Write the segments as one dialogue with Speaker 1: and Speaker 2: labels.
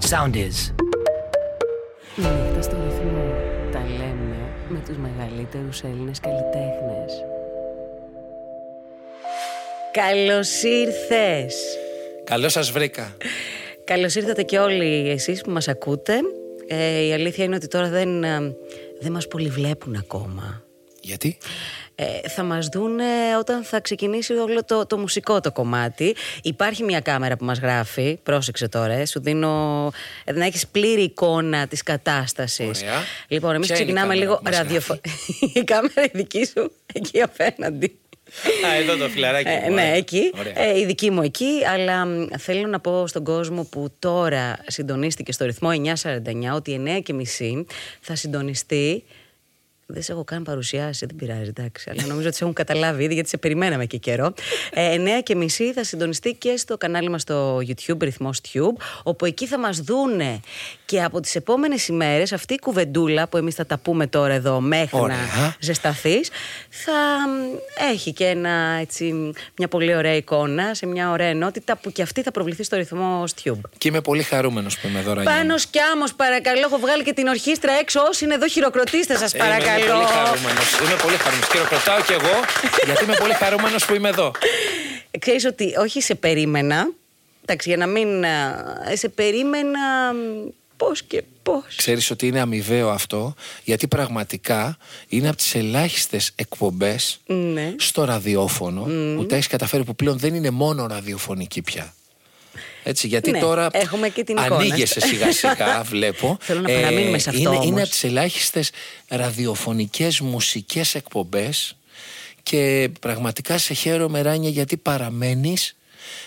Speaker 1: Sound is.
Speaker 2: Η νύχτα στο ρυθμό. Τα λέμε με τους μεγαλύτερους Έλληνες καλλιτέχνες. Καλώς ήρθες.
Speaker 3: Καλώς σας βρήκα.
Speaker 2: Καλώς ήρθατε και όλοι εσείς που μας ακούτε. Ε, η αλήθεια είναι ότι τώρα δεν, ε, δεν μας πολύ βλέπουν ακόμα.
Speaker 3: Γιατί?
Speaker 2: Ε, θα μας δουν όταν θα ξεκινήσει όλο το, το μουσικό το κομμάτι. Υπάρχει μια κάμερα που μας γράφει, πρόσεξε τώρα, ε, σου δίνω ε, να έχεις πλήρη εικόνα της κατάστασης.
Speaker 3: Ωραία.
Speaker 2: Λοιπόν, εμείς
Speaker 3: Ποια είναι η
Speaker 2: ξεκινάμε
Speaker 3: κάμερα
Speaker 2: λίγο
Speaker 3: που μας
Speaker 2: ραδιοφωνικά. η κάμερα η δική σου εκεί απέναντι.
Speaker 3: Α, εδώ το φιλαράκι.
Speaker 2: Ε,
Speaker 3: μου,
Speaker 2: ναι,
Speaker 3: ωραία.
Speaker 2: εκεί.
Speaker 3: Ωραία.
Speaker 2: Ε, η δική μου εκεί. Αλλά μ, θέλω να πω στον κόσμο που τώρα συντονίστηκε στο ρυθμό 949 ότι 9 και μισή θα συντονιστεί. Δεν σε έχω καν παρουσιάσει, δεν πειράζει, εντάξει. Αλλά νομίζω ότι σε έχουν καταλάβει ήδη γιατί σε περιμέναμε και καιρό. Ε, 9 και μισή θα συντονιστεί και στο κανάλι μας στο YouTube, ρυθμός Tube, όπου εκεί θα μας δούνε και από τις επόμενες ημέρες αυτή η κουβεντούλα που εμείς θα τα πούμε τώρα εδώ μέχρι να
Speaker 3: Ωραία.
Speaker 2: ζεσταθείς θα μ, έχει και ένα, έτσι, μια πολύ ωραία εικόνα σε μια ωραία ενότητα που και αυτή θα προβληθεί στο ρυθμός Tube.
Speaker 3: Και είμαι πολύ χαρούμενος που είμαι εδώ, Ρανιά.
Speaker 2: Πάνω κι άμμος παρακαλώ, έχω βγάλει και την ορχήστρα έξω. Όσοι είναι εδώ, χειροκροτήστε σας, παρακαλώ.
Speaker 3: Είμαι πολύ χαρούμενος. Είμαι πολύ χαρούμενος. Χειροκροτάω κι εγώ, γιατί είμαι πολύ χαρούμενος που είμαι εδώ.
Speaker 2: Ξέρεις ότι όχι σε περίμενα. Εντάξει, για να μην. ε, Σε περίμενα. Πώς και πώς.
Speaker 3: Ξέρεις ότι είναι αμοιβαίο αυτό, γιατί πραγματικά είναι από τις ελάχιστες εκπομπές
Speaker 2: Ναι.
Speaker 3: στο ραδιόφωνο που τα έχεις καταφέρει που πλέον δεν είναι μόνο ραδιοφωνική πια. Έτσι, γιατί
Speaker 2: Ναι,
Speaker 3: τώρα
Speaker 2: έχουμε και την εικόνα.
Speaker 3: ανοίγεσαι σιγά σιγά, βλέπω. Ε,
Speaker 2: Θέλω να παραμείνουμε σε αυτό
Speaker 3: Είναι,
Speaker 2: όμως.
Speaker 3: είναι από τις ελάχιστες ραδιοφωνικές μουσικές εκπομπές και πραγματικά σε χαίρομαι Ράνια γιατί παραμένεις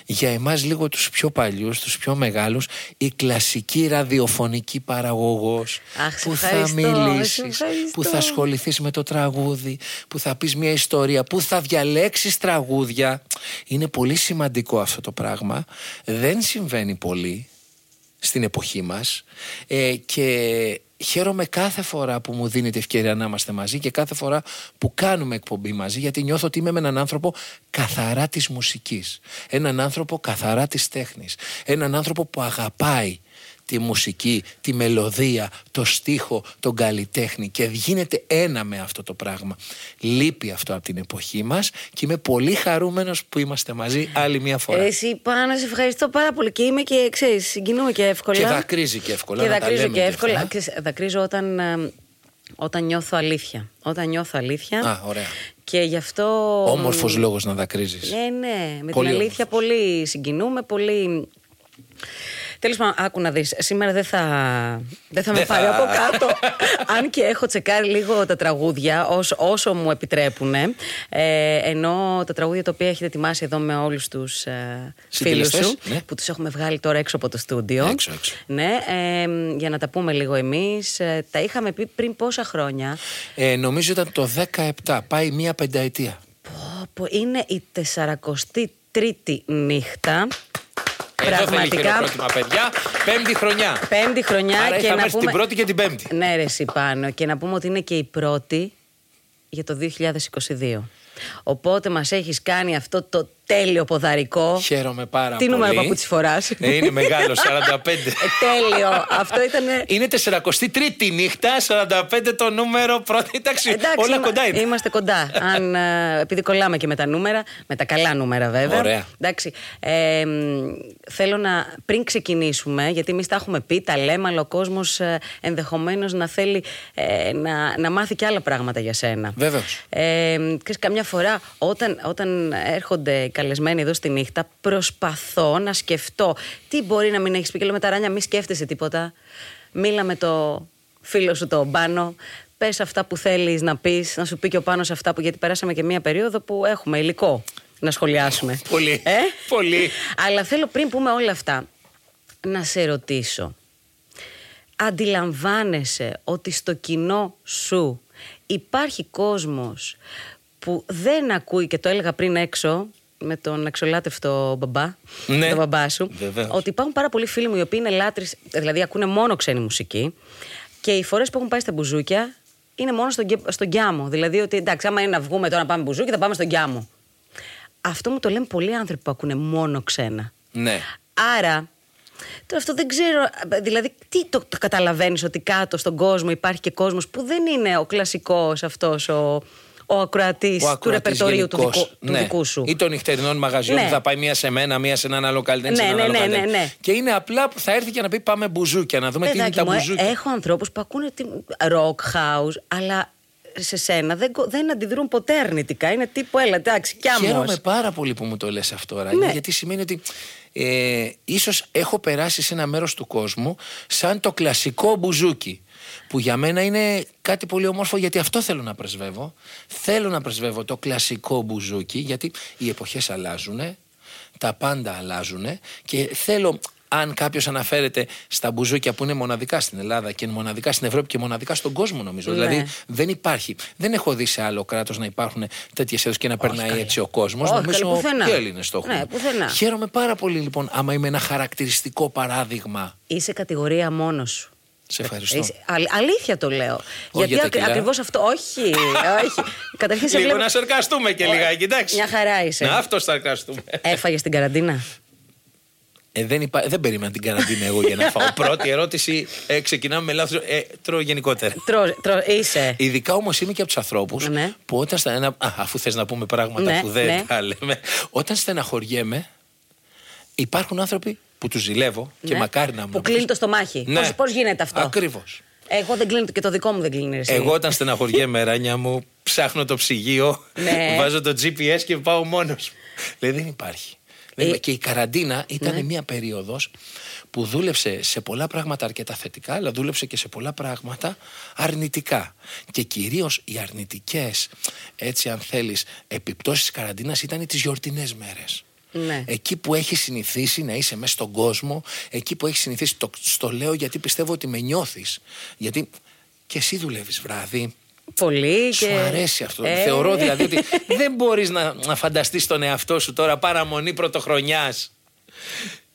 Speaker 3: για εμάς λίγο τους πιο παλιούς, τους πιο μεγάλους η κλασική ραδιοφωνική παραγωγός
Speaker 2: Αχ, σε
Speaker 3: που θα
Speaker 2: ευχαριστώ, σε
Speaker 3: μιλήσεις,
Speaker 2: ευχαριστώ.
Speaker 3: που θα ασχοληθείς με το τραγούδι, που θα πεις μια ιστορία, που θα διαλέξεις τραγούδια. Είναι πολύ σημαντικό αυτό το πράγμα. Δεν συμβαίνει πολύ στην εποχή μας ε, και χαίρομαι κάθε φορά που μου δίνεται ευκαιρία να είμαστε μαζί και κάθε φορά που κάνουμε εκπομπή μαζί γιατί νιώθω ότι είμαι με έναν άνθρωπο καθαρά της μουσικής έναν άνθρωπο καθαρά της τέχνης έναν άνθρωπο που αγαπάει τη μουσική, τη μελωδία, το στίχο, τον καλλιτέχνη και γίνεται ένα με αυτό το πράγμα. Λείπει αυτό από την εποχή μας και είμαι πολύ χαρούμενος που είμαστε μαζί άλλη μια φορά.
Speaker 2: Εσύ πάνω, σε ευχαριστώ πάρα πολύ και είμαι και ξέρεις, συγκινούμε και εύκολα.
Speaker 3: Και δακρύζει και εύκολα,
Speaker 2: Και
Speaker 3: να τα
Speaker 2: δακρύζω
Speaker 3: λέμε
Speaker 2: και
Speaker 3: και
Speaker 2: εύκολα.
Speaker 3: αυτά. ε?
Speaker 2: Ξέρεις, δακρύζω όταν, ε, όταν νιώθω αλήθεια. Όταν νιώθω αλήθεια.
Speaker 3: Α, ωραία.
Speaker 2: Και γι' αυτό.
Speaker 3: Όμορφος λόγος να δακρύζεις.
Speaker 2: Ναι, ναι. Με
Speaker 3: Πολύ
Speaker 2: την αλήθεια πολύ συγκινούμε, πολύ. Τέλος πάντων, άκου να δεις. Σήμερα δεν θα, δεν θα με
Speaker 3: Δεν
Speaker 2: πάρει
Speaker 3: θα-
Speaker 2: από κάτω. Αν και έχω τσεκάρει λίγο τα τραγούδια ως, όσο μου επιτρέπουν. Ε, ενώ τα τραγούδια τα οποία έχετε ετοιμάσει εδώ με όλους τους ε, φίλους
Speaker 3: Συντελεστές,
Speaker 2: σου,
Speaker 3: ναι.
Speaker 2: που τους έχουμε βγάλει τώρα έξω από το στούντιο.
Speaker 3: Έξω, έξω.
Speaker 2: Ναι, ε, για να τα πούμε λίγο εμείς. τα είχαμε πει πριν πόσα χρόνια.
Speaker 3: Ε, νομίζω ήταν το 17, πάει μία πενταετία.
Speaker 2: Πω, πω, είναι η 43η νύχτα.
Speaker 3: παιδιά. Πέμπτη χρονιά.
Speaker 2: πέμπτη χρονιά
Speaker 3: Άρα
Speaker 2: και
Speaker 3: είχα
Speaker 2: να
Speaker 3: μέσα
Speaker 2: πούμε...
Speaker 3: την πρώτη και την πέμπτη.
Speaker 2: Ναι, ρε, εσύ πάνω. Και να πούμε ότι είναι και η πρώτη για το 2022. Οπότε μας έχεις κάνει αυτό το τέλειο ποδαρικό.
Speaker 3: Χαίρομαι πάρα
Speaker 2: Τι
Speaker 3: πολύ.
Speaker 2: νούμερο παπούτσι φοράς?
Speaker 3: Ε, είναι μεγάλο, 45.
Speaker 2: Ε, τέλειο. αυτό ήταν.
Speaker 3: Είναι 43η νύχτα, 45 το νούμερο, πρώτη. Εντάξει, όλα
Speaker 2: είμα-
Speaker 3: κοντά είναι.
Speaker 2: Είμαστε κοντά. Αν, ε, επειδή κολλάμε και με τα νούμερα, με τα καλά νούμερα βέβαια.
Speaker 3: Ωραία.
Speaker 2: Εντάξει, ε, μ, θέλω να πριν ξεκινήσουμε, γιατί εμείς τα έχουμε πει, τα λέμε, αλλά ο κόσμος ε, ενδεχομένως να θέλει ε, να, να μάθει και άλλα πράγματα για σένα.
Speaker 3: Βέβαιως.
Speaker 2: Ε, μ, ξέρεις, καμιά φορά όταν, όταν έρχονται οι καλεσμένοι εδώ στη νύχτα, προσπαθώ να σκεφτώ τι μπορεί να μην έχεις πει. Και λέω με τα ράνια, μη σκέφτεσαι τίποτα. Μίλα με το φίλο σου τον πάνω. Πες αυτά που θέλεις να πεις, να σου πει και ο πάνω αυτά που. Γιατί περάσαμε και μία περίοδο που έχουμε υλικό να σχολιάσουμε.
Speaker 3: Πολύ.
Speaker 2: Ε?
Speaker 3: Πολύ.
Speaker 2: Αλλά θέλω πριν πούμε όλα αυτά να σε ρωτήσω. Αντιλαμβάνεσαι ότι στο κοινό σου υπάρχει κόσμος που δεν ακούει και το έλεγα πριν έξω με τον αξιολάτευτο μπαμπά,
Speaker 3: Ναι.
Speaker 2: τον μπαμπά σου,
Speaker 3: Βεβαίως.
Speaker 2: ότι υπάρχουν πάρα πολλοί φίλοι μου οι οποίοι είναι λάτρεις, δηλαδή ακούνε μόνο ξένη μουσική και οι φορές που έχουν πάει στα μπουζούκια είναι μόνο στον, γκε- στον γκιάμο. Δηλαδή ότι εντάξει, άμα είναι να βγούμε τώρα να πάμε μπουζούκια, θα πάμε στον γκιάμο. Αυτό μου το λένε πολλοί άνθρωποι που ακούνε μόνο ξένα.
Speaker 3: Ναι.
Speaker 2: Άρα, Τώρα αυτό δεν ξέρω. Δηλαδή, τι το, το καταλαβαίνεις ότι κάτω στον κόσμο υπάρχει και κόσμος που δεν είναι ο κλασικός αυτός ο, ο ακροατής του ρεπερτορίου του, δικού, του
Speaker 3: ναι.
Speaker 2: δικού σου.
Speaker 3: Ή των νυχτερινών μαγαζιών
Speaker 2: Ναι.
Speaker 3: που θα πάει μία σε μένα, μία σε έναν άλλο καλλιτέχνη. σε
Speaker 2: Ναι,
Speaker 3: έναν
Speaker 2: ναι,
Speaker 3: άλλο
Speaker 2: ναι,
Speaker 3: καλλιτέχνη.
Speaker 2: ναι, ναι.
Speaker 3: Και είναι απλά που θα έρθει και να πει πάμε μπουζούκια, να δούμε τι είναι
Speaker 2: Παιδάκι
Speaker 3: τα
Speaker 2: μου, ε,
Speaker 3: μπουζούκια.
Speaker 2: έχω ανθρώπους που ακούνε τι- rock house, αλλά σε σένα δεν, κο- δεν αντιδρούν ποτέ αρνητικά. Είναι τύπου, έλα, εντάξει, κι άμα.
Speaker 3: Χαίρομαι πάρα πολύ που μου το λες αυτό, Ράνι,
Speaker 2: Ναι.
Speaker 3: γιατί σημαίνει ότι ε, ίσως έχω περάσει σε ένα μέρος του κόσμου σαν το κλασικό μπουζούκι. Που για μένα είναι κάτι πολύ ομόρφο γιατί αυτό θέλω να πρεσβεύω. Θέλω να πρεσβεύω το κλασικό μπουζούκι γιατί οι εποχές αλλάζουν, τα πάντα αλλάζουν και θέλω αν κάποιος αναφέρεται στα μπουζούκια που είναι μοναδικά στην Ελλάδα και μοναδικά στην Ευρώπη και μοναδικά στον κόσμο, νομίζω.
Speaker 2: Ναι.
Speaker 3: Δηλαδή δεν υπάρχει. Δεν έχω δει σε άλλο κράτος να υπάρχουν τέτοιες έδωσε και να περνάει έτσι ο κόσμος.
Speaker 2: Όχι,
Speaker 3: Νομίζω
Speaker 2: καλέ, πουθενά.
Speaker 3: και Έλληνες το έχουν.
Speaker 2: Ναι, πουθενά.
Speaker 3: Χαίρομαι πάρα πολύ λοιπόν άμα είμαι ένα χαρακτηριστικό παράδειγμα.
Speaker 2: Είσαι κατηγορία μόνος σου.
Speaker 3: Σε ευχαριστώ.
Speaker 2: Ε, Είσαι- αλ- αλήθεια το λέω.
Speaker 3: για τα
Speaker 2: γιατί
Speaker 3: κιλά.
Speaker 2: ακριβώς αυτό. Όχι, όχι. Καταρχήν σε
Speaker 3: Λίγο
Speaker 2: βλέπω.
Speaker 3: να σαρκαστούμε και
Speaker 2: Ω,
Speaker 3: λιγάκι, εντάξει.
Speaker 2: Μια χαρά είσαι.
Speaker 3: Να αυτός σαρκαστούμε.
Speaker 2: Έφαγες την καραντίνα.
Speaker 3: Ε, δεν, υπά... δεν περίμενα την καραντίνα εγώ για να φάω. Πρώτη ερώτηση, ε, ξεκινάμε με λάθος. Ε, τρώω γενικότερα.
Speaker 2: Τρο, τρο, είσαι.
Speaker 3: Ειδικά όμως είμαι και από τους ανθρώπους
Speaker 2: Ναι.
Speaker 3: που όταν. στα- Ένα, α, αφού θες να πούμε πράγματα
Speaker 2: Ναι,
Speaker 3: που δεν
Speaker 2: ναι.
Speaker 3: τα λέμε. Όταν στεναχωριέμαι, υπάρχουν άνθρωποι που τους ζηλεύω και
Speaker 2: Ναι.
Speaker 3: μακάρι να μου.
Speaker 2: Που κλείνει το στομάχι.
Speaker 3: Ναι.
Speaker 2: Πώς, πώς γίνεται αυτό.
Speaker 3: Ακριβώς.
Speaker 2: Εγώ δεν κλείνω και το δικό μου δεν κλείνει. Εσύ.
Speaker 3: Εγώ όταν στεναχωριέμαι, Ράνια μου, ψάχνω το ψυγείο,
Speaker 2: Ναι.
Speaker 3: βάζω το GPS και πάω μόνος. Δηλαδή δεν υπάρχει. Δεν
Speaker 2: Ε, ναι.
Speaker 3: υπά- Και η καραντίνα ήταν μια περίοδος που δούλεψε σε πολλά πράγματα αρκετά θετικά, αλλά δούλεψε και σε πολλά πράγματα αρνητικά. Και κυρίως οι αρνητικές, έτσι αν θέλεις, επιπτώσεις της καραντίνας ήταν τις γιορτινές μέρες.
Speaker 2: Ναι.
Speaker 3: Εκεί που έχει συνηθίσει να είσαι μέσα στον κόσμο, εκεί που έχει συνηθίσει, το, στο λέω γιατί πιστεύω ότι με νιώθεις. Γιατί και εσύ δουλεύεις βράδυ.
Speaker 2: Πολύ και.
Speaker 3: Σου αρέσει αυτό.
Speaker 2: Ε.
Speaker 3: Θεωρώ δηλαδή ότι δεν μπορείς να, να φανταστείς τον εαυτό σου τώρα παραμονή πρωτοχρονιάς.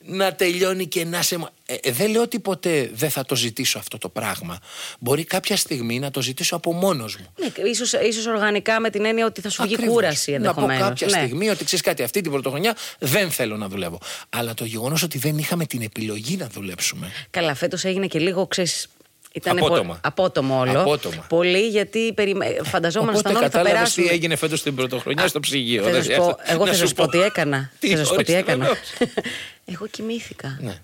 Speaker 3: Να τελειώνει και να σε. Ε, ε, δεν λέω ότι ποτέ δεν θα το ζητήσω αυτό το πράγμα. Μπορεί κάποια στιγμή να το ζητήσω από μόνος μου.
Speaker 2: Ναι, ίσως, ίσως οργανικά με την έννοια ότι θα σου βγει
Speaker 3: Ακριβώς.
Speaker 2: κούραση Ναι. ενδεχομένω.
Speaker 3: Να πω κάποια στιγμή ότι ξέρεις κάτι, αυτή την πρωτοχρονιά δεν θέλω να δουλεύω. Αλλά το γεγονός ότι δεν είχαμε την επιλογή να δουλέψουμε.
Speaker 2: Καλά, φέτος έγινε και λίγο, ξέρεις. Ήταν
Speaker 3: Απότομα.
Speaker 2: απότομο όλο.
Speaker 3: Απότομα.
Speaker 2: Πολύ γιατί περιμέ... φανταζόμουν
Speaker 3: Οπότε
Speaker 2: ότι θα
Speaker 3: κατάλαβες
Speaker 2: περάσουν.
Speaker 3: τι έγινε φέτος την πρωτοχρονιά στο ψυγείο.
Speaker 2: Θα σας
Speaker 3: Δηλαδή,
Speaker 2: πω,
Speaker 3: αυτό-
Speaker 2: εγώ
Speaker 3: να
Speaker 2: θα σα πω τι έκανα. Θα σας πω τι
Speaker 3: ορίστε,
Speaker 2: έκανα.
Speaker 3: βεβαίως.
Speaker 2: Εγώ κοιμήθηκα.
Speaker 3: Ναι.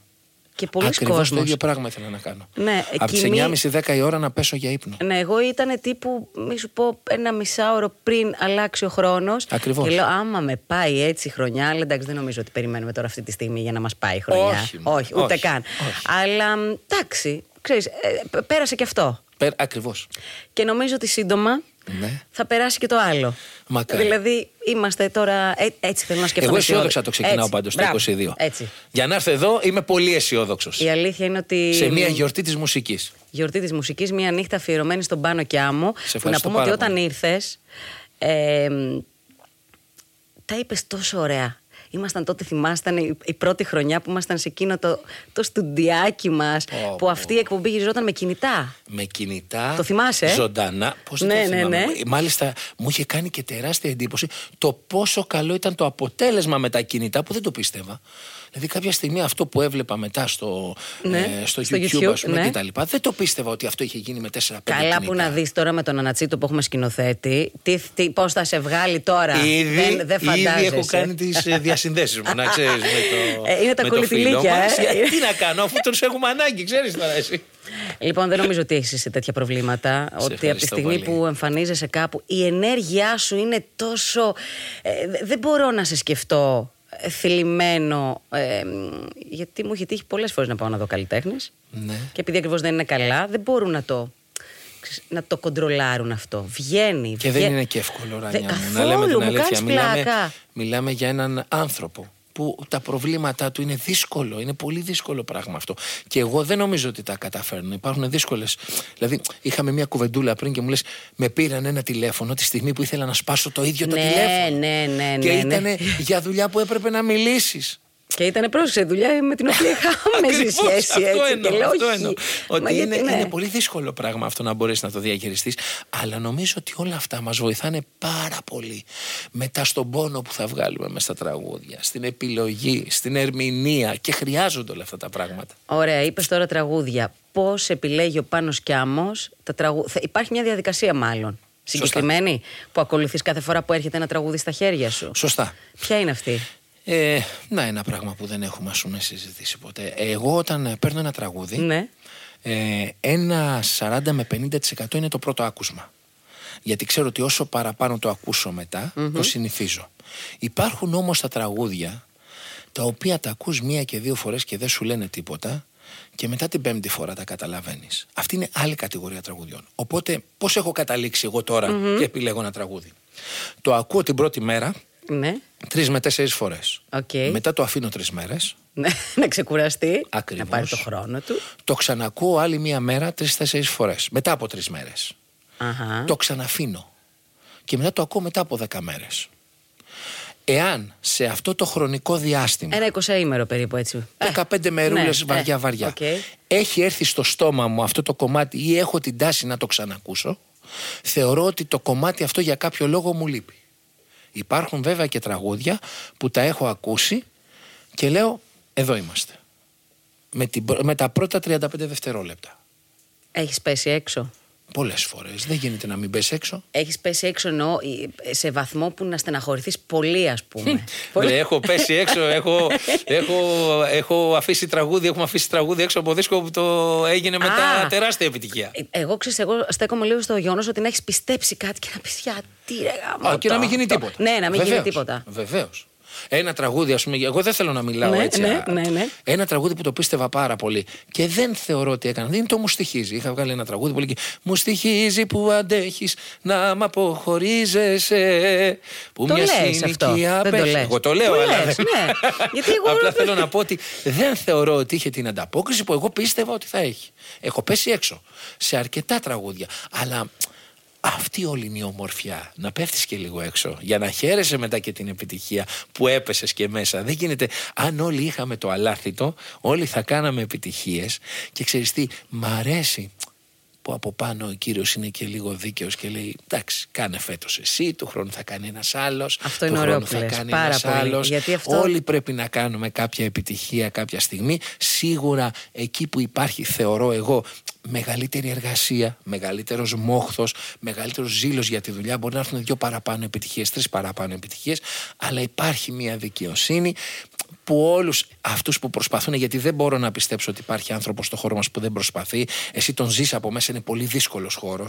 Speaker 2: Και πολλοί
Speaker 3: Ακριβώς το
Speaker 2: κόσμοι.
Speaker 3: ίδιο πράγμα ήθελα να κάνω.
Speaker 2: Ναι,
Speaker 3: Από τις
Speaker 2: κοιμή-
Speaker 3: 9.30-10 η ώρα να πέσω για ύπνο.
Speaker 2: Ναι, εγώ ήταν τύπου, μη σου πω, ένα μισάωρο πριν αλλάξει ο χρόνος.
Speaker 3: Ακριβώς.
Speaker 2: Και λέω, άμα με πάει έτσι η χρονιά, αλλά εντάξει, δεν νομίζω ότι περιμένουμε τώρα αυτή τη στιγμή για να μας πάει η χρονιά.
Speaker 3: Όχι, μα,
Speaker 2: όχι ούτε
Speaker 3: όχι,
Speaker 2: καν.
Speaker 3: όχι.
Speaker 2: Αλλά μ, εντάξει, ξέρεις, πέρασε και αυτό.
Speaker 3: Πε- Ακριβώς.
Speaker 2: Και νομίζω ότι σύντομα
Speaker 3: Ναι.
Speaker 2: θα περάσει και το άλλο.
Speaker 3: Μακάρι.
Speaker 2: Δηλαδή είμαστε τώρα. ε, έτσι θέλω να σκεφτούμε.
Speaker 3: Εγώ αισιόδοξα το ξεκινάω πάντω το 22.
Speaker 2: Έτσι.
Speaker 3: Για να έρθω εδώ είμαι πολύ αισιόδοξος.
Speaker 2: Η αλήθεια είναι ότι.
Speaker 3: Σε μια γιορτή της μουσικής.
Speaker 2: γιορτή της μουσικής, μια νύχτα αφιερωμένη στον Πάνο και Άμμο.
Speaker 3: Σε
Speaker 2: Που να
Speaker 3: ευχαριστώ
Speaker 2: πούμε ότι
Speaker 3: πάρα
Speaker 2: όταν
Speaker 3: πολύ.
Speaker 2: ήρθες. Ε, μ, τα είπες τόσο ωραία. Ήμασταν τότε, θυμάστε, ήταν η- η πρώτη χρονιά που ήμασταν σε εκείνο το, το στουντιάκι μας.
Speaker 3: Πω,
Speaker 2: που αυτή η εκπομπή γυριζόταν με κινητά.
Speaker 3: Με κινητά.
Speaker 2: Το θυμάσαι, ε?
Speaker 3: Ζωντανά. Πώς δεν
Speaker 2: Ναι,
Speaker 3: το
Speaker 2: ναι,
Speaker 3: θυμάμαι.
Speaker 2: ναι.
Speaker 3: Μάλιστα μου είχε κάνει και τεράστια εντύπωση το πόσο καλό ήταν το αποτέλεσμα με τα κινητά που δεν το πίστευα. Δηλαδή κάποια στιγμή αυτό που έβλεπα μετά στο,
Speaker 2: Ναι,
Speaker 3: ε, στο,
Speaker 2: στο
Speaker 3: YouTube,
Speaker 2: YouTube,
Speaker 3: ας πούμε,
Speaker 2: ναι.
Speaker 3: και τα λοιπά, δεν το πίστευα ότι αυτό είχε γίνει Ε, με 4-5
Speaker 2: Καλά
Speaker 3: κινητά.
Speaker 2: που να δεις τώρα με τον Ανατσίτο που έχουμε σκηνοθέτη. Τι, τι, Πώς θα σε βγάλει τώρα.
Speaker 3: Ήδη,
Speaker 2: δεν, δεν φαντάζεσαι.
Speaker 3: ήδη έχω κάνει τις διασυνδέσεις μου, να ξέρεις. Με το,
Speaker 2: Ε, είναι τα
Speaker 3: με το
Speaker 2: κολυφιλίκια,
Speaker 3: φίλο μας.
Speaker 2: ε.
Speaker 3: Γιατί να κάνω, αφού τους έχουμε ανάγκη, ξέρεις τώρα εσύ.
Speaker 2: Λοιπόν, δεν νομίζω ότι έχεις τέτοια προβλήματα. ότι από τη
Speaker 3: ευχαριστώ
Speaker 2: στιγμή
Speaker 3: πολύ.
Speaker 2: που εμφανίζεσαι κάπου, η ενέργειά σου είναι τόσο. ε, δε- δεν μπορώ να σε σκεφτώ ε, θλιμμένο. ε, μ, γιατί μου έχει τύχει πολλές φορές να πάω να δω καλλιτέχνες.
Speaker 3: Ναι.
Speaker 2: Και επειδή ακριβώς δεν είναι καλά, δεν μπορούν να το, ξέρεις, να το κοντρολάρουν αυτό. Βγαίνει.
Speaker 3: Και δεν είναι και εύκολο,
Speaker 2: Δεν-
Speaker 3: Ράνια μου, να
Speaker 2: καθόλου,
Speaker 3: λέμε την
Speaker 2: μου
Speaker 3: αλήθεια.
Speaker 2: κάνεις
Speaker 3: Μιλάμε,
Speaker 2: πλάκα.
Speaker 3: μιλάμε για έναν άνθρωπο που τα προβλήματά του είναι δύσκολο, είναι πολύ δύσκολο πράγμα αυτό. Και εγώ δεν νομίζω ότι τα καταφέρνω. Υπάρχουν δύσκολες. Δηλαδή, είχαμε μια κουβεντούλα πριν και μου λες: Με πήραν ένα τηλέφωνο τη στιγμή που ήθελα να σπάσω το ίδιο το
Speaker 2: Ναι,
Speaker 3: τηλέφωνο.
Speaker 2: ναι, ναι,
Speaker 3: και
Speaker 2: ναι, ναι.
Speaker 3: ήταν για δουλειά που έπρεπε να μιλήσεις.
Speaker 2: Και ήταν πρόσεξε δουλειά με την οποία είχα άμεση
Speaker 3: Ακριβώς,
Speaker 2: σχέση.
Speaker 3: αυτό
Speaker 2: έτσι,
Speaker 3: εννοώ,
Speaker 2: και λέω,
Speaker 3: αυτό
Speaker 2: «Όχι».
Speaker 3: εννοώ.
Speaker 2: Μα
Speaker 3: Ότι
Speaker 2: γιατί
Speaker 3: είναι,
Speaker 2: ναι.
Speaker 3: είναι πολύ δύσκολο πράγμα αυτό να μπορέσεις να το διαχειριστείς. Αλλά νομίζω ότι όλα αυτά μας βοηθάνε πάρα πολύ μετά στον πόνο που θα βγάλουμε μέσα στα τραγούδια, στην επιλογή, στην ερμηνεία και χρειάζονται όλα αυτά τα πράγματα.
Speaker 2: Ωραία, είπες τώρα τραγούδια. Πώς επιλέγει ο Πάνος Κιάμος τα τραγου... θα- Υπάρχει μια διαδικασία, μάλλον. Συγκεκριμένη, που ακολουθείς κάθε φορά που έρχεται ένα τραγούδι στα χέρια σου.
Speaker 3: Σωστά.
Speaker 2: Ποια είναι αυτή.
Speaker 3: Ε, να, ένα πράγμα που δεν έχουμε ας πούμε, συζητήσει ποτέ. Εγώ όταν ε, παίρνω ένα τραγούδι,
Speaker 2: Ναι.
Speaker 3: ε, ένα 40 με 50% είναι το πρώτο άκουσμα. Γιατί ξέρω ότι όσο παραπάνω το ακούσω μετά, το συνηθίζω. Υπάρχουν όμως τα τραγούδια τα οποία τα ακούς μία και δύο φορές και δεν σου λένε τίποτα και μετά την πέμπτη φορά τα καταλαβαίνεις. Αυτή είναι άλλη κατηγορία τραγουδιών. Οπότε πώς έχω καταλήξει εγώ τώρα και επιλέγω ένα τραγούδι. Το ακούω την πρώτη μέρα
Speaker 2: Ναι.
Speaker 3: τρεις με τέσσερις φορές.
Speaker 2: Οκ.
Speaker 3: Μετά το αφήνω τρεις μέρες.
Speaker 2: Ναι, να ξεκουραστεί.
Speaker 3: Ακριβώς.
Speaker 2: Να πάρει το χρόνο του.
Speaker 3: Το ξανακούω άλλη μία μέρα τρει-τέσσερι φορές. Μετά από τρεις μέρες.
Speaker 2: Αχα.
Speaker 3: Το ξαναφήνω. Και μετά το ακούω μετά από δέκα μέρες. Εάν σε αυτό το χρονικό διάστημα.
Speaker 2: Ένα 20 ημέρο περίπου έτσι.
Speaker 3: 15 μερούλε
Speaker 2: ε,
Speaker 3: βαριά βαριά.
Speaker 2: οκ.
Speaker 3: Έχει έρθει στο στόμα μου αυτό το κομμάτι ή έχω την τάση να το ξανακούσω. Θεωρώ ότι το κομμάτι αυτό για κάποιο λόγο μου λείπει. Υπάρχουν βέβαια και τραγούδια που τα έχω ακούσει και λέω εδώ είμαστε. Με, την, πρω- με τα πρώτα 35 δευτερόλεπτα.
Speaker 2: Έχεις πέσει έξω.
Speaker 3: Πολλές φορές. Δεν γίνεται να μην πες έξω.
Speaker 2: Έχεις πέσει έξω εννοώ ε, σε βαθμό που να στεναχωρηθείς πολύ, ας πούμε.
Speaker 3: Ναι, έχω πέσει έξω. Έχω, έχω, έχω αφήσει τραγούδι. Έχουμε αφήσει τραγούδι έξω από δίσκο που το έγινε μετά
Speaker 2: Α.
Speaker 3: τεράστια επιτυχία.
Speaker 2: Ε, Εγώ ξέρεις, εγώ στέκομαι λίγο στο γεγονός ότι να έχεις πιστέψει κάτι και να πεις γιατί ρε γάμο
Speaker 3: Α, και
Speaker 2: το,
Speaker 3: να μην γίνει
Speaker 2: αυτό».
Speaker 3: τίποτα.
Speaker 2: Ναι, να μην γίνει
Speaker 3: Βεβαίως,
Speaker 2: τίποτα.
Speaker 3: βεβαίως. Ένα τραγούδι, ας πούμε. Εγώ δεν θέλω να μιλάω
Speaker 2: Ναι,
Speaker 3: έτσι.
Speaker 2: ναι,
Speaker 3: α-
Speaker 2: ναι, ναι.
Speaker 3: Ένα τραγούδι που το πίστευα πάρα πολύ και δεν θεωρώ ότι έκανα. Δεν το μου στοιχίζει. Είχα βγάλει ένα τραγούδι που λέγει Μου στοιχίζει που αντέχεις να μ' αποχωρίζεσαι. Που
Speaker 2: Το
Speaker 3: μια
Speaker 2: λες αυτό.
Speaker 3: συνοικία
Speaker 2: Δεν το
Speaker 3: απέχει».
Speaker 2: λες.
Speaker 3: Εγώ το λέω,
Speaker 2: Το
Speaker 3: αλλά.
Speaker 2: λες,
Speaker 3: δεν-
Speaker 2: ναι. Γιατί εγώ-
Speaker 3: Απλά θέλω να πω ότι δεν θεωρώ ότι είχε την ανταπόκριση που εγώ πίστευα ότι θα έχει. Έχω πέσει έξω σε αρκετά τραγούδια. Αλλά αυτή όλη είναι η ομορφιά. Να πέφτεις και λίγο έξω. Για να χαίρεσαι μετά και την επιτυχία που έπεσες και μέσα. Δεν γίνεται. Αν όλοι είχαμε το αλάθητο, όλοι θα κάναμε επιτυχίες. Και ξέρεις τι, μ' αρέσει που από πάνω ο κύριος είναι και λίγο δίκαιος και λέει: Εντάξει, κάνε φέτος εσύ, του χρόνου θα κάνει ένας άλλος.
Speaker 2: Αυτό είναι ωραίο που λες. Πάρα πολύ. Γιατί αυτό-
Speaker 3: Όλοι πρέπει να κάνουμε κάποια επιτυχία κάποια στιγμή. Σίγουρα εκεί που υπάρχει, θεωρώ εγώ, μεγαλύτερη εργασία, μεγαλύτερος μόχθος, μεγαλύτερος ζήλος για τη δουλειά. Μπορεί να έρθουν δύο παραπάνω επιτυχίες, τρεις παραπάνω επιτυχίες, αλλά υπάρχει μια δικαιοσύνη που όλους αυτούς που προσπαθούν, γιατί δεν μπορώ να πιστέψω ότι υπάρχει άνθρωπος στο χώρο μας που δεν προσπαθεί. Εσύ τον ζεις από μέσα, είναι πολύ δύσκολος χώρος.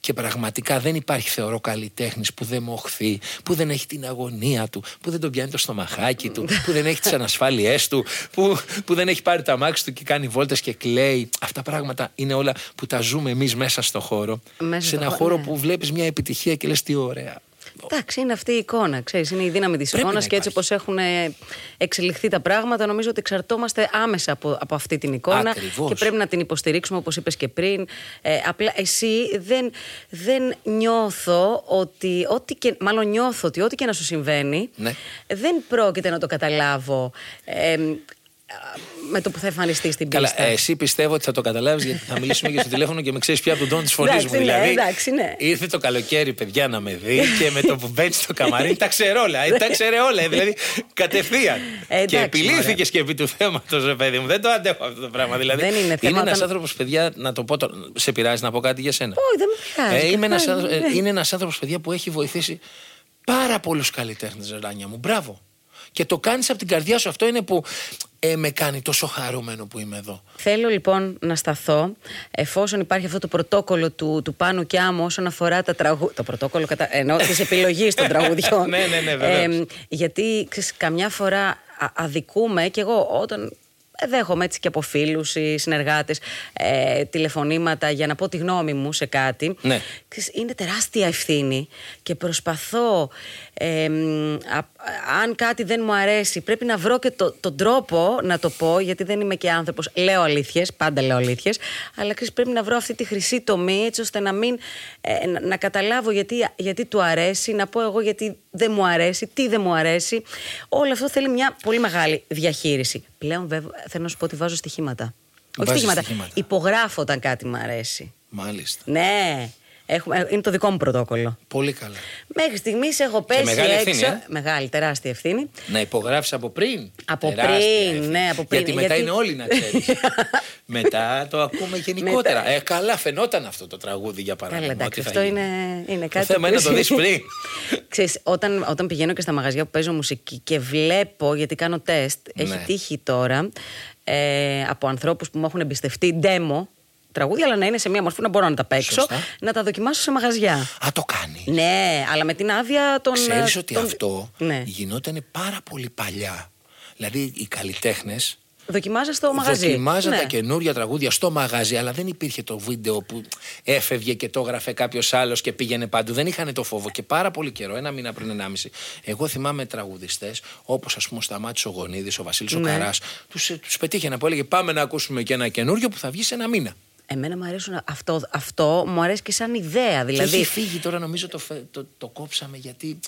Speaker 3: Και πραγματικά δεν υπάρχει, θεωρώ, καλλιτέχνης που δεν μοχθεί, που δεν έχει την αγωνία του, που δεν τον πιάνει το στομαχάκι του, που δεν έχει τις ανασφάλειές του, που, που δεν έχει πάρει τα μάξι του και κάνει βόλτες και κλαίει. Αυτά πράγματα είναι όλα που τα ζούμε εμείς μέσα στο χώρο.
Speaker 2: Μέσα
Speaker 3: σε
Speaker 2: στο
Speaker 3: ένα
Speaker 2: χώρο,
Speaker 3: χώρο
Speaker 2: ναι.
Speaker 3: που βλέπεις μια επιτυχία και λες τι ωραία.
Speaker 2: Εντάξει, είναι αυτή η εικόνα, ξέρεις, είναι η δύναμη της
Speaker 3: Πρέπει να
Speaker 2: εικόνας και έτσι όπως
Speaker 3: υπάρχει.
Speaker 2: έχουν ε, εξελιχθεί τα πράγματα νομίζω ότι εξαρτώμαστε άμεσα από, από αυτή την εικόνα
Speaker 3: Ακριβώς.
Speaker 2: και πρέπει να την υποστηρίξουμε όπως είπες και πριν. Ε, απλά εσύ δεν, δεν νιώθω ότι, ό,τι και, μάλλον νιώθω ότι ό,τι και να σου συμβαίνει
Speaker 3: Ναι.
Speaker 2: δεν πρόκειται να το καταλάβω ε, με το που θα εμφανιστεί στην
Speaker 3: Καλά,
Speaker 2: πίστα.
Speaker 3: ε, εσύ πιστεύω ότι θα το καταλάβεις γιατί θα μιλήσουμε και στο τηλέφωνο και με ξέρεις πια από τον τόνο της φωνής μου.
Speaker 2: Εντάξει, ναι,
Speaker 3: δηλαδή,
Speaker 2: εντάξει, ναι.
Speaker 3: ήρθε το καλοκαίρι, παιδιά, να με δει και με το που μπαίνει στο καμαρίνι τα ξέρω όλα. ε, Τα ξέρε όλα, ε, δηλαδή κατευθείαν.
Speaker 2: Ε, εντάξει,
Speaker 3: και επιλήθηκε και επί του θέματος, ρε παιδί μου. Δεν το αντέχω αυτό το πράγμα. Δηλαδή,
Speaker 2: Δεν είναι θέμα,
Speaker 3: ένας
Speaker 2: όταν-
Speaker 3: άνθρωπος, παιδιά, να το πω. τώρα, Σε πειράζει να πω κάτι για σένα.
Speaker 2: Όχι, δεν με πειράζει,
Speaker 3: Ε, είμαι ένας
Speaker 2: καθόλου,
Speaker 3: άνθρω- ε,
Speaker 2: ναι.
Speaker 3: είναι ένας άνθρωπος, παιδιά, που έχει βοηθήσει πάρα πολλούς καλλιτέχνες, Ρανιά μου. Μπράβο. Και το κάνεις από την καρδιά σου. Αυτό είναι που ε, με κάνει τόσο χαρούμενο που είμαι εδώ.
Speaker 2: Θέλω λοιπόν να σταθώ, εφόσον υπάρχει αυτό το πρωτόκολλο του, του Πάνου και Άμου όσον αφορά τα τραγούδια. Το πρωτόκολλο κατα... ε, εννοώ τη επιλογή των τραγουδιών.
Speaker 3: Ναι, ναι, ναι, βεβαίως.
Speaker 2: γιατί ξέρεις, καμιά φορά α- αδικούμε και εγώ όταν ε, δέχομαι έτσι και από φίλους ή συνεργάτες ε, τηλεφωνήματα για να πω τη γνώμη μου σε κάτι.
Speaker 3: Ναι.
Speaker 2: Ξέρεις, Είναι τεράστια ευθύνη και προσπαθώ. ε, μ, α- α- αν κάτι δεν μου αρέσει, πρέπει να βρω και το, τον τρόπο να το πω, γιατί δεν είμαι και άνθρωπος. Λέω αλήθειες, πάντα λέω αλήθειες. Αλλά ξέρεις, πρέπει να βρω αυτή τη χρυσή τομή, έτσι ώστε να μην. ε, να, να καταλάβω γιατί, γιατί του αρέσει, να πω εγώ γιατί δεν μου αρέσει, τι δεν μου αρέσει. Όλο αυτό θέλει μια πολύ μεγάλη διαχείριση. Πλέον, βέβαια, θέλω να σου πω ότι βάζω στοιχήματα. Όχι
Speaker 3: Βάζεις
Speaker 2: στοιχήματα.
Speaker 3: στοιχήματα.
Speaker 2: Υπογράφω όταν κάτι μου αρέσει.
Speaker 3: Μάλιστα.
Speaker 2: Ναι. Έχουμε, ε, είναι το δικό μου πρωτόκολλο.
Speaker 3: Πολύ καλά.
Speaker 2: Μέχρι στιγμής έχω πέσει
Speaker 3: μεγάλη
Speaker 2: έξω.
Speaker 3: ευθύνη, ε.
Speaker 2: Μεγάλη, τεράστια ευθύνη.
Speaker 3: Να υπογράψει από πριν.
Speaker 2: Από
Speaker 3: Τεράστια
Speaker 2: πριν,
Speaker 3: ευθύνη.
Speaker 2: ναι, από πριν.
Speaker 3: Γιατί μετά
Speaker 2: Γιατί-
Speaker 3: είναι όλοι να ξέρεις. μετά το ακούμε γενικότερα. Ε, καλά, φαινόταν αυτό το τραγούδι για παράδειγμα.
Speaker 2: Καλά,
Speaker 3: ότι
Speaker 2: εντάξει,
Speaker 3: θα
Speaker 2: αυτό
Speaker 3: γίνει.
Speaker 2: είναι, είναι κάτι.
Speaker 3: Το θέμα είναι να το δεις πριν.
Speaker 2: Ξέρεις, όταν, όταν πηγαίνω και στα μαγαζιά που παίζω μουσική και βλέπω, γιατί κάνω τεστ, έχει
Speaker 3: Ναι.
Speaker 2: τύχει τώρα ε, από ανθρώπους που μου έχουν εμπιστευτεί demo τραγούδια, αλλά να είναι σε μία μορφή που να μπορώ να τα παίξω,
Speaker 3: Σωστά.
Speaker 2: να τα δοκιμάσω σε μαγαζιά.
Speaker 3: Α, το κάνει.
Speaker 2: Ναι, αλλά με την άδεια των. ε,
Speaker 3: Ξέρει ότι
Speaker 2: των-
Speaker 3: αυτό
Speaker 2: Ναι.
Speaker 3: γινόταν πάρα πολύ παλιά. Δηλαδή οι καλλιτέχνες
Speaker 2: Δοκιμάζα στο μαγαζί.
Speaker 3: δοκιμάζαν
Speaker 2: ναι.
Speaker 3: τα καινούργια τραγούδια στο μαγαζί, αλλά δεν υπήρχε το βίντεο που έφευγε και το έγραφε κάποιος άλλος και πήγαινε παντού. Δεν είχαν το φόβο. Και πάρα πολύ καιρό, ένα μήνα πριν, ενάμιση. Εγώ θυμάμαι τραγουδιστές, όπως ας πούμε ο Σταμάτης ο Γονίδης, ο Βασίλης ο
Speaker 2: Ναι.
Speaker 3: Καράς, τους πετύχαινε που έλεγε Πάμε να ακούσουμε και ένα καινούριο που θα βγει σε ένα μήνα.
Speaker 2: Εμένα μου αρέσουν αυτό, αυτό μου αρέσει και σαν ιδέα.
Speaker 3: Δηλαδή...
Speaker 2: Δηλαδή,
Speaker 3: Έχει φύγει τώρα, νομίζω το, φε- το, το κόψαμε γιατί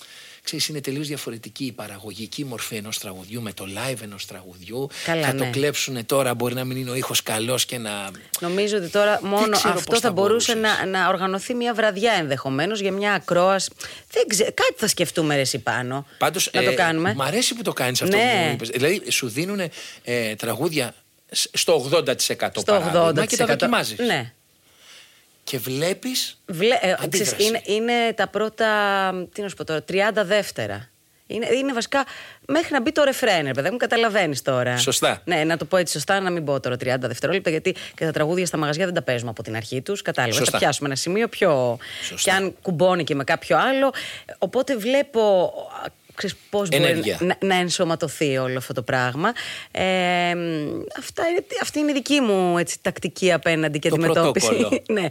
Speaker 3: ξέρεις, είναι τελείως διαφορετική η παραγωγική μορφή ενός τραγουδιού με το live ενός τραγουδιού.
Speaker 2: Καλά,
Speaker 3: θα
Speaker 2: ναι.
Speaker 3: το κλέψουν τώρα, μπορεί να μην είναι ο ήχος καλός και να.
Speaker 2: Νομίζω ότι τώρα μόνο
Speaker 3: ξέρω
Speaker 2: αυτό
Speaker 3: πώς
Speaker 2: θα
Speaker 3: θα
Speaker 2: μπορούσε
Speaker 3: μπορούσες.
Speaker 2: να, να οργανωθεί μια βραδιά ενδεχομένως για μια ακρόαση. Δεν ξέ- κάτι θα σκεφτούμε ρε εσύ πάνω.
Speaker 3: Πάντως,
Speaker 2: να το
Speaker 3: ε,
Speaker 2: κάνουμε.
Speaker 3: Μ' αρέσει που το κάνεις αυτό
Speaker 2: Ναι.
Speaker 3: που μου είπες. Δηλαδή, σου δίνουν ε, τραγούδια σ- στο 80%
Speaker 2: Στο
Speaker 3: παράδειγμα
Speaker 2: 80%.
Speaker 3: και τα δοκιμάζει.
Speaker 2: Ναι.
Speaker 3: Και βλέπεις.
Speaker 2: Βλέ, ε,
Speaker 3: Αντίδραση.
Speaker 2: ξέρεις, είναι, είναι τα πρώτα. Τι να σου πω τώρα, 30 δεύτερα. Είναι, είναι βασικά μέχρι να μπει το ρεφρένερ, παιδί μου, καταλαβαίνεις τώρα.
Speaker 3: Σωστά.
Speaker 2: Ναι, να το πω έτσι σωστά, να μην πω τώρα 30 δευτερόλεπτα, γιατί και τα τραγούδια στα μαγαζιά δεν τα παίζουμε από την αρχή τους. Κατάλαβα.
Speaker 3: Σωστά.
Speaker 2: Θα πιάσουμε ένα σημείο πιο.
Speaker 3: Σωστά.
Speaker 2: Και αν κουμπώνει και με κάποιο άλλο. Οπότε βλέπω. α, Ξέρεις, πώς μπορεί
Speaker 3: Ενέργεια.
Speaker 2: να, να ενσωματωθεί όλο αυτό το πράγμα. Ε, αυτά είναι, αυτή είναι η δική μου έτσι, τακτική απέναντι και
Speaker 3: Το
Speaker 2: αντιμετώπιση.
Speaker 3: πρωτόκολλο.
Speaker 2: Ναι,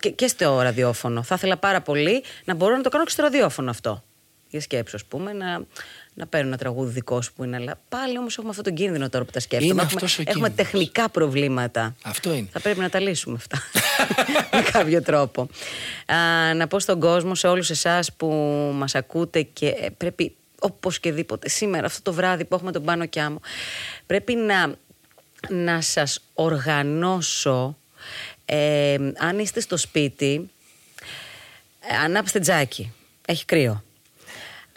Speaker 2: και, και στο ραδιόφωνο. Θα ήθελα πάρα πολύ να μπορώ να το κάνω και στο ραδιόφωνο αυτό. Για σκέψη, ας πούμε, να, να παίρνω ένα τραγούδι δικό σου που είναι. Αλλά πάλι όμως έχουμε αυτόν τον κίνδυνο τώρα που τα σκέφτομαι.
Speaker 3: Είναι
Speaker 2: έχουμε,
Speaker 3: αυτός ο
Speaker 2: έχουμε
Speaker 3: κίνδυνος.
Speaker 2: τεχνικά προβλήματα.
Speaker 3: Αυτό είναι.
Speaker 2: Θα πρέπει να τα λύσουμε αυτά. με κάποιο τρόπο. Α, να πω στον κόσμο, σε όλους εσάς που μας ακούτε και ε, πρέπει οπωσδήποτε σήμερα, αυτό το βράδυ που έχουμε τον πάνω κιάμο, πρέπει να, να σας οργανώσω ε, αν είστε στο σπίτι ε, Ανάψτε τζάκι. Έχει κρύο.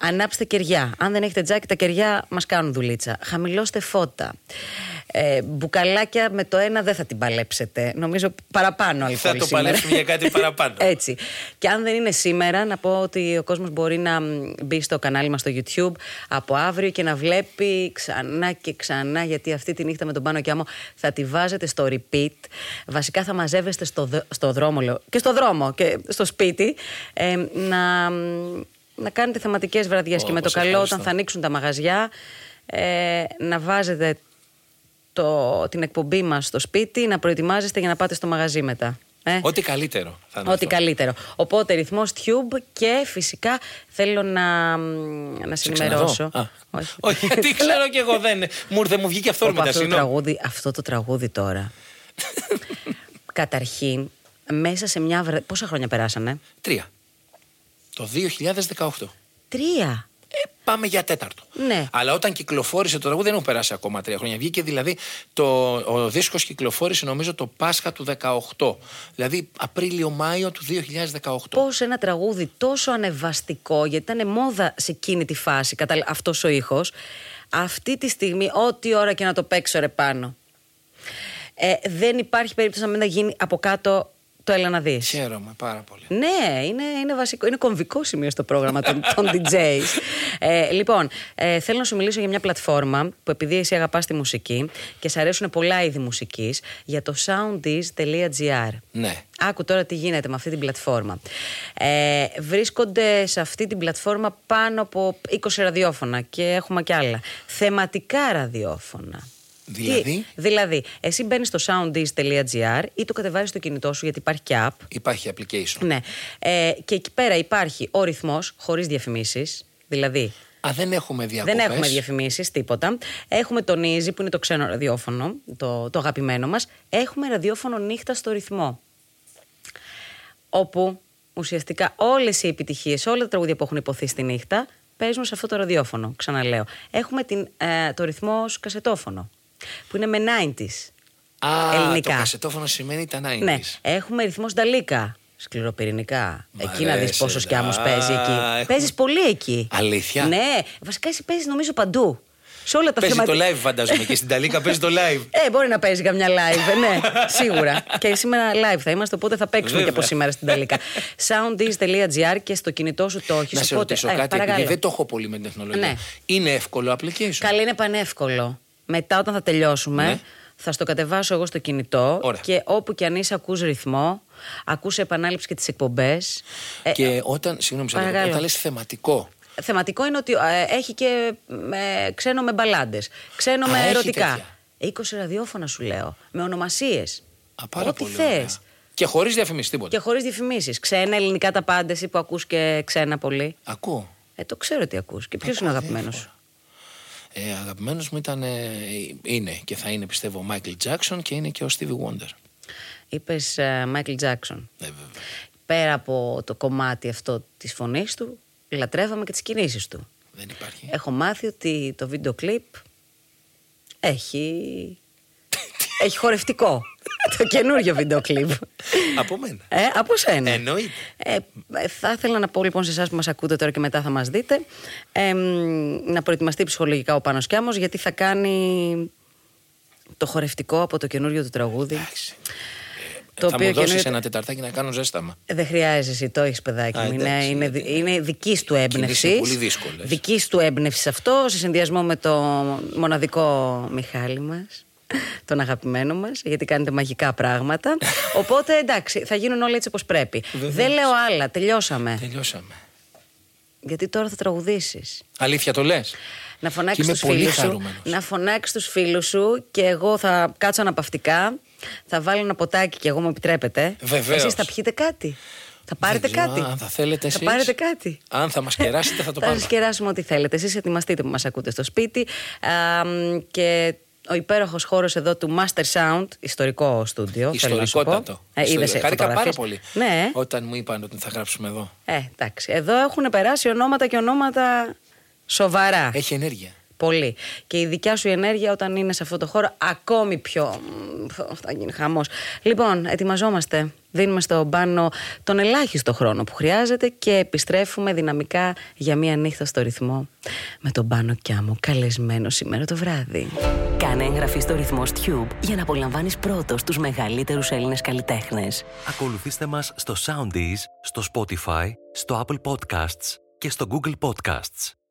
Speaker 2: Ανάψτε κεριά. Αν δεν έχετε τζάκι, τα κεριά μας κάνουν δουλίτσα. Χαμηλώστε φώτα. Ε, μπουκαλάκια με το ένα δεν θα την παλέψετε. Νομίζω παραπάνω αλκοόλ
Speaker 3: το
Speaker 2: σήμερα.
Speaker 3: παλέψουμε για κάτι παραπάνω.
Speaker 2: Έτσι. Και αν δεν είναι σήμερα, να πω ότι ο κόσμος μπορεί να μ, μπει στο κανάλι μας στο YouTube από αύριο και να βλέπει ξανά και ξανά, γιατί αυτή τη νύχτα με τον πάνω και άμμο θα τη βάζετε στο repeat. Βασικά θα μαζεύεστε στο, δ- στο δρόμο, λέω, και στο δρόμο και στο σπίτι ε, να, μ, να κάνετε θεματικές βραδιές
Speaker 3: Ω,
Speaker 2: και με το
Speaker 3: σε
Speaker 2: καλό
Speaker 3: ευχαριστώ.
Speaker 2: όταν θα ανοίξουν τα μαγαζιά. Ε, να βάζετε το, την εκπομπή μας στο σπίτι, να προετοιμάζεστε για να πάτε στο μαγαζί μετά. Ε.
Speaker 3: Ό,τι καλύτερο θα είναι.
Speaker 2: Ό,τι
Speaker 3: αυτό.
Speaker 2: καλύτερο. Οπότε ρυθμός tube και φυσικά θέλω να, μ, να σε
Speaker 3: ξαναδώ.
Speaker 2: ενημερώσω.
Speaker 3: Α. Όχι, γιατί ξέρω κι εγώ δεν. Μου ήρθε, μου
Speaker 2: Όπα,
Speaker 3: βγήκε αυθόρμητα.
Speaker 2: αυτό, το
Speaker 3: Συγγνώμη.
Speaker 2: τραγούδι, αυτό το τραγούδι τώρα. Καταρχήν, μέσα σε μια βρα... Πόσα χρόνια περάσανε?
Speaker 3: Τρία. Το 2018.
Speaker 2: Τρία.
Speaker 3: Ε, πάμε για τέταρτο.
Speaker 2: Ναι.
Speaker 3: Αλλά όταν κυκλοφόρησε το τραγούδι δεν έχουν περάσει ακόμα τρία χρόνια. Βγήκε δηλαδή το, ο δίσκος κυκλοφόρησε νομίζω το Πάσχα του 18. Δηλαδή Απρίλιο-Μάιο του 2018.
Speaker 2: Πώς ένα τραγούδι τόσο ανεβαστικό, γιατί ήταν μόδα σε εκείνη τη φάση, κατα... αυτός ο ήχος, αυτή τη στιγμή, ό,τι ώρα και να το παίξω ρε πάνω, ε, δεν υπάρχει περίπτωση να μην να γίνει από κάτω το έλα να δεις.
Speaker 3: Χαίρομαι πάρα πολύ.
Speaker 2: Ναι, είναι, είναι βασικό. Είναι κομβικό σημείο στο πρόγραμμα των, των DJs. Ε, λοιπόν, ε, θέλω να σου μιλήσω για μια πλατφόρμα που επειδή εσύ αγαπάς τη μουσική και σ' αρέσουν πολλά είδη μουσικής για το soundiz.gr.
Speaker 3: Ναι.
Speaker 2: Άκου τώρα τι γίνεται με αυτή την πλατφόρμα. Ε, βρίσκονται σε αυτή την πλατφόρμα πάνω από 20 ραδιόφωνα και έχουμε κι άλλα. Θεματικά ραδιόφωνα.
Speaker 3: Δηλαδή,
Speaker 2: Τι- δηλαδή, εσύ μπαίνεις στο soundish.gr ή το κατεβάζεις στο κινητό σου γιατί υπάρχει και app.
Speaker 3: υπάρχει application.
Speaker 2: Ναι. Ε, και εκεί πέρα υπάρχει ο ρυθμός χωρίς διαφημίσεις. Δηλαδή,
Speaker 3: Α, δεν έχουμε διακοπές.
Speaker 2: δεν έχουμε διαφημίσεις, τίποτα. Έχουμε τον Easy που είναι το ξένο ραδιόφωνο, το, το αγαπημένο μας. Έχουμε ραδιόφωνο νύχτα στο ρυθμό. Όπου ουσιαστικά όλες οι επιτυχίες, όλα τα τραγούδια που έχουν υποθεί στη νύχτα παίζουν σε αυτό το ραδιόφωνο. Ξαναλέω. Έχουμε την, ε, το ρυθμό ως κασετόφωνο, που είναι με 90s.
Speaker 3: Α,
Speaker 2: Ελληνικά.
Speaker 3: το κασετόφωνο σημαίνει τα 90s.
Speaker 2: Ναι, έχουμε ρυθμό Νταλίκα. Σκληροπυρηνικά.
Speaker 3: Μ'
Speaker 2: Εκεί να δεις
Speaker 3: αρέσει,
Speaker 2: πόσο
Speaker 3: ρε.
Speaker 2: σκιάμος
Speaker 3: Α,
Speaker 2: παίζει εκεί.
Speaker 3: έχουμε-
Speaker 2: Παίζεις πολύ εκεί.
Speaker 3: Αλήθεια?
Speaker 2: Ναι, βασικά εσύ παίζεις νομίζω παντού. Σε όλα τα
Speaker 3: Παίζει
Speaker 2: θέματα.
Speaker 3: το live, φαντάζομαι, και στην Ταλίκα παίζει το live.
Speaker 2: Ε, μπορεί να παίζει καμιά live, ναι, σίγουρα. και σήμερα live θα είμαστε, οπότε θα παίξουμε και από
Speaker 3: Βέβαια.
Speaker 2: σήμερα στην Ταλίκα. soundis.gr και στο κινητό σου το ε, έχεις.
Speaker 3: Να σε ρωτήσω κάτι, επειδή δεν το έχω πολύ με την τεχνολογία.
Speaker 2: Ναι.
Speaker 3: Είναι εύκολο application.
Speaker 2: Καλά, είναι πανεύκολο. Μετά, όταν θα τελειώσουμε,
Speaker 3: Ναι.
Speaker 2: θα στο κατεβάσω εγώ στο κινητό
Speaker 3: Ωραία.
Speaker 2: και όπου και αν είσαι, ακούς ρυθμό, ακούς επανάληψη και τις εκπομπές. Ε,
Speaker 3: Και όταν, συγγνώμη, σε
Speaker 2: Παρακαλώ.
Speaker 3: ρωτάω, όταν λες θεματικό,
Speaker 2: θεματικό είναι ότι ε, έχει και ε, ξένο με μπαλάντες, ξένο
Speaker 3: Α,
Speaker 2: με
Speaker 3: έχει
Speaker 2: ερωτικά.
Speaker 3: τέτοια.
Speaker 2: 20 ραδιόφωνα σου λέω, με ονομασίες.
Speaker 3: α, πάρα
Speaker 2: Ό,τι
Speaker 3: πολύ
Speaker 2: θες.
Speaker 3: ωραία. Και χωρίς διαφημίσεις, τίποτα.
Speaker 2: Και χωρίς διαφημίσεις. Ξένα ελληνικά τα πάντα, εσύ που ακούς και ξένα πολύ.
Speaker 3: Ακούω.
Speaker 2: Ε, το ξέρω τι ακούς Και ποιος είναι ο αγαπημένο σου.
Speaker 3: Ε, αγαπημένος μου ήταν, ε, είναι και θα είναι πιστεύω ο Μάικλ Τζάξον και είναι και ο Στίβι Wonder.
Speaker 2: Είπε Μάικλ Τζάξον.
Speaker 3: Ε, βέβαια.
Speaker 2: πέρα από το κομμάτι αυτό της φωνής του, λατρεύαμε και τις κινήσεις του.
Speaker 3: Δεν υπάρχει.
Speaker 2: Έχω μάθει ότι το βίντεο κλιπ έχει... έχει χορευτικό. το καινούριο βίντεο κλιπ.
Speaker 3: Από μένα.
Speaker 2: Ε, από σένα.
Speaker 3: Εννοείται.
Speaker 2: Ε, θα ήθελα να πω λοιπόν σε εσάς που μας ακούτε τώρα και μετά θα μας δείτε εμ, να προετοιμαστεί ψυχολογικά ο Πάνος Κιάμος γιατί θα κάνει το χορευτικό από το καινούριο του τραγούδι.
Speaker 3: Εντάξει. Ε,
Speaker 2: Το
Speaker 3: θα
Speaker 2: οποίο
Speaker 3: μου δώσεις
Speaker 2: καινούριο-
Speaker 3: ένα τεταρτάκι να κάνω ζέσταμα.
Speaker 2: Ε, Δεν χρειάζεσαι, εσύ, το έχεις παιδάκι
Speaker 3: Α,
Speaker 2: μου. Είναι,
Speaker 3: εντάξει,
Speaker 2: είναι,
Speaker 3: γιατί
Speaker 2: δι- είναι δικής του έμπνευση.
Speaker 3: είναι πολύ δύσκολες.
Speaker 2: Δικής του έμπνευσης αυτό, σε συνδυασμό με το μοναδικό Μιχάλη μας, τον αγαπημένο μας, γιατί κάνετε μαγικά πράγματα. Οπότε εντάξει, θα γίνουν όλα έτσι όπως πρέπει. Δεν λέω άλλα, τελειώσαμε.
Speaker 3: Τελειώσαμε.
Speaker 2: γιατί τώρα θα τραγουδήσεις.
Speaker 3: Αλήθεια το λες.
Speaker 2: Να φωνάξεις
Speaker 3: Και
Speaker 2: του
Speaker 3: είμαι πολύ
Speaker 2: φίλου σου.
Speaker 3: χαρούμενος.
Speaker 2: Να φωνάξεις τους φίλους σου και εγώ θα κάτσω αναπαυτικά. Θα βάλω ένα ποτάκι και εγώ μου επιτρέπετε.
Speaker 3: Βεβαίως.
Speaker 2: Εσείς θα πιείτε κάτι. Θα πάρετε
Speaker 3: ξέρω,
Speaker 2: κάτι.
Speaker 3: αν θα θέλετε
Speaker 2: Θα
Speaker 3: εσείς.
Speaker 2: πάρετε κάτι.
Speaker 3: Αν θα μας κεράσετε, θα το πάμε.
Speaker 2: Ε, σας κεράσουμε ό,τι θέλετε. Εσείς ετοιμαστείτε που μας ακούτε στο σπίτι. Α, μ, και ο υπέροχος χώρος εδώ του Master Sound, ιστορικό στούντιο. θέλω να σου πω.
Speaker 3: Ιστορικότατο.
Speaker 2: Ε, είδες
Speaker 3: Ιστορικό. Χάρηκα πάρα
Speaker 2: φωτογραφίες.
Speaker 3: πολύ
Speaker 2: Ναι.
Speaker 3: όταν μου είπαν ότι θα γράψουμε εδώ.
Speaker 2: Ε, εντάξει. Εδώ έχουν περάσει ονόματα και ονόματα σοβαρά.
Speaker 3: Έχει ενέργεια.
Speaker 2: Πολύ. Και η δικιά σου η ενέργεια όταν είναι σε αυτό το χώρο ακόμη πιο. μ, Θα γίνει χαμός. Λοιπόν, ετοιμαζόμαστε. Δίνουμε στον πάνω τον ελάχιστο χρόνο που χρειάζεται και επιστρέφουμε δυναμικά για μία νύχτα στο ρυθμό με τον πάνω Κιάμο καλεσμένο σήμερα το βράδυ. Κάνε εγγραφή στο ρυθμό Tube για να απολαμβάνεις πρώτος τους μεγαλύτερους Έλληνες καλλιτέχνες.
Speaker 1: Ακολουθήστε μας στο Soundees, στο Spotify, στο Apple Podcasts και στο Google Podcasts.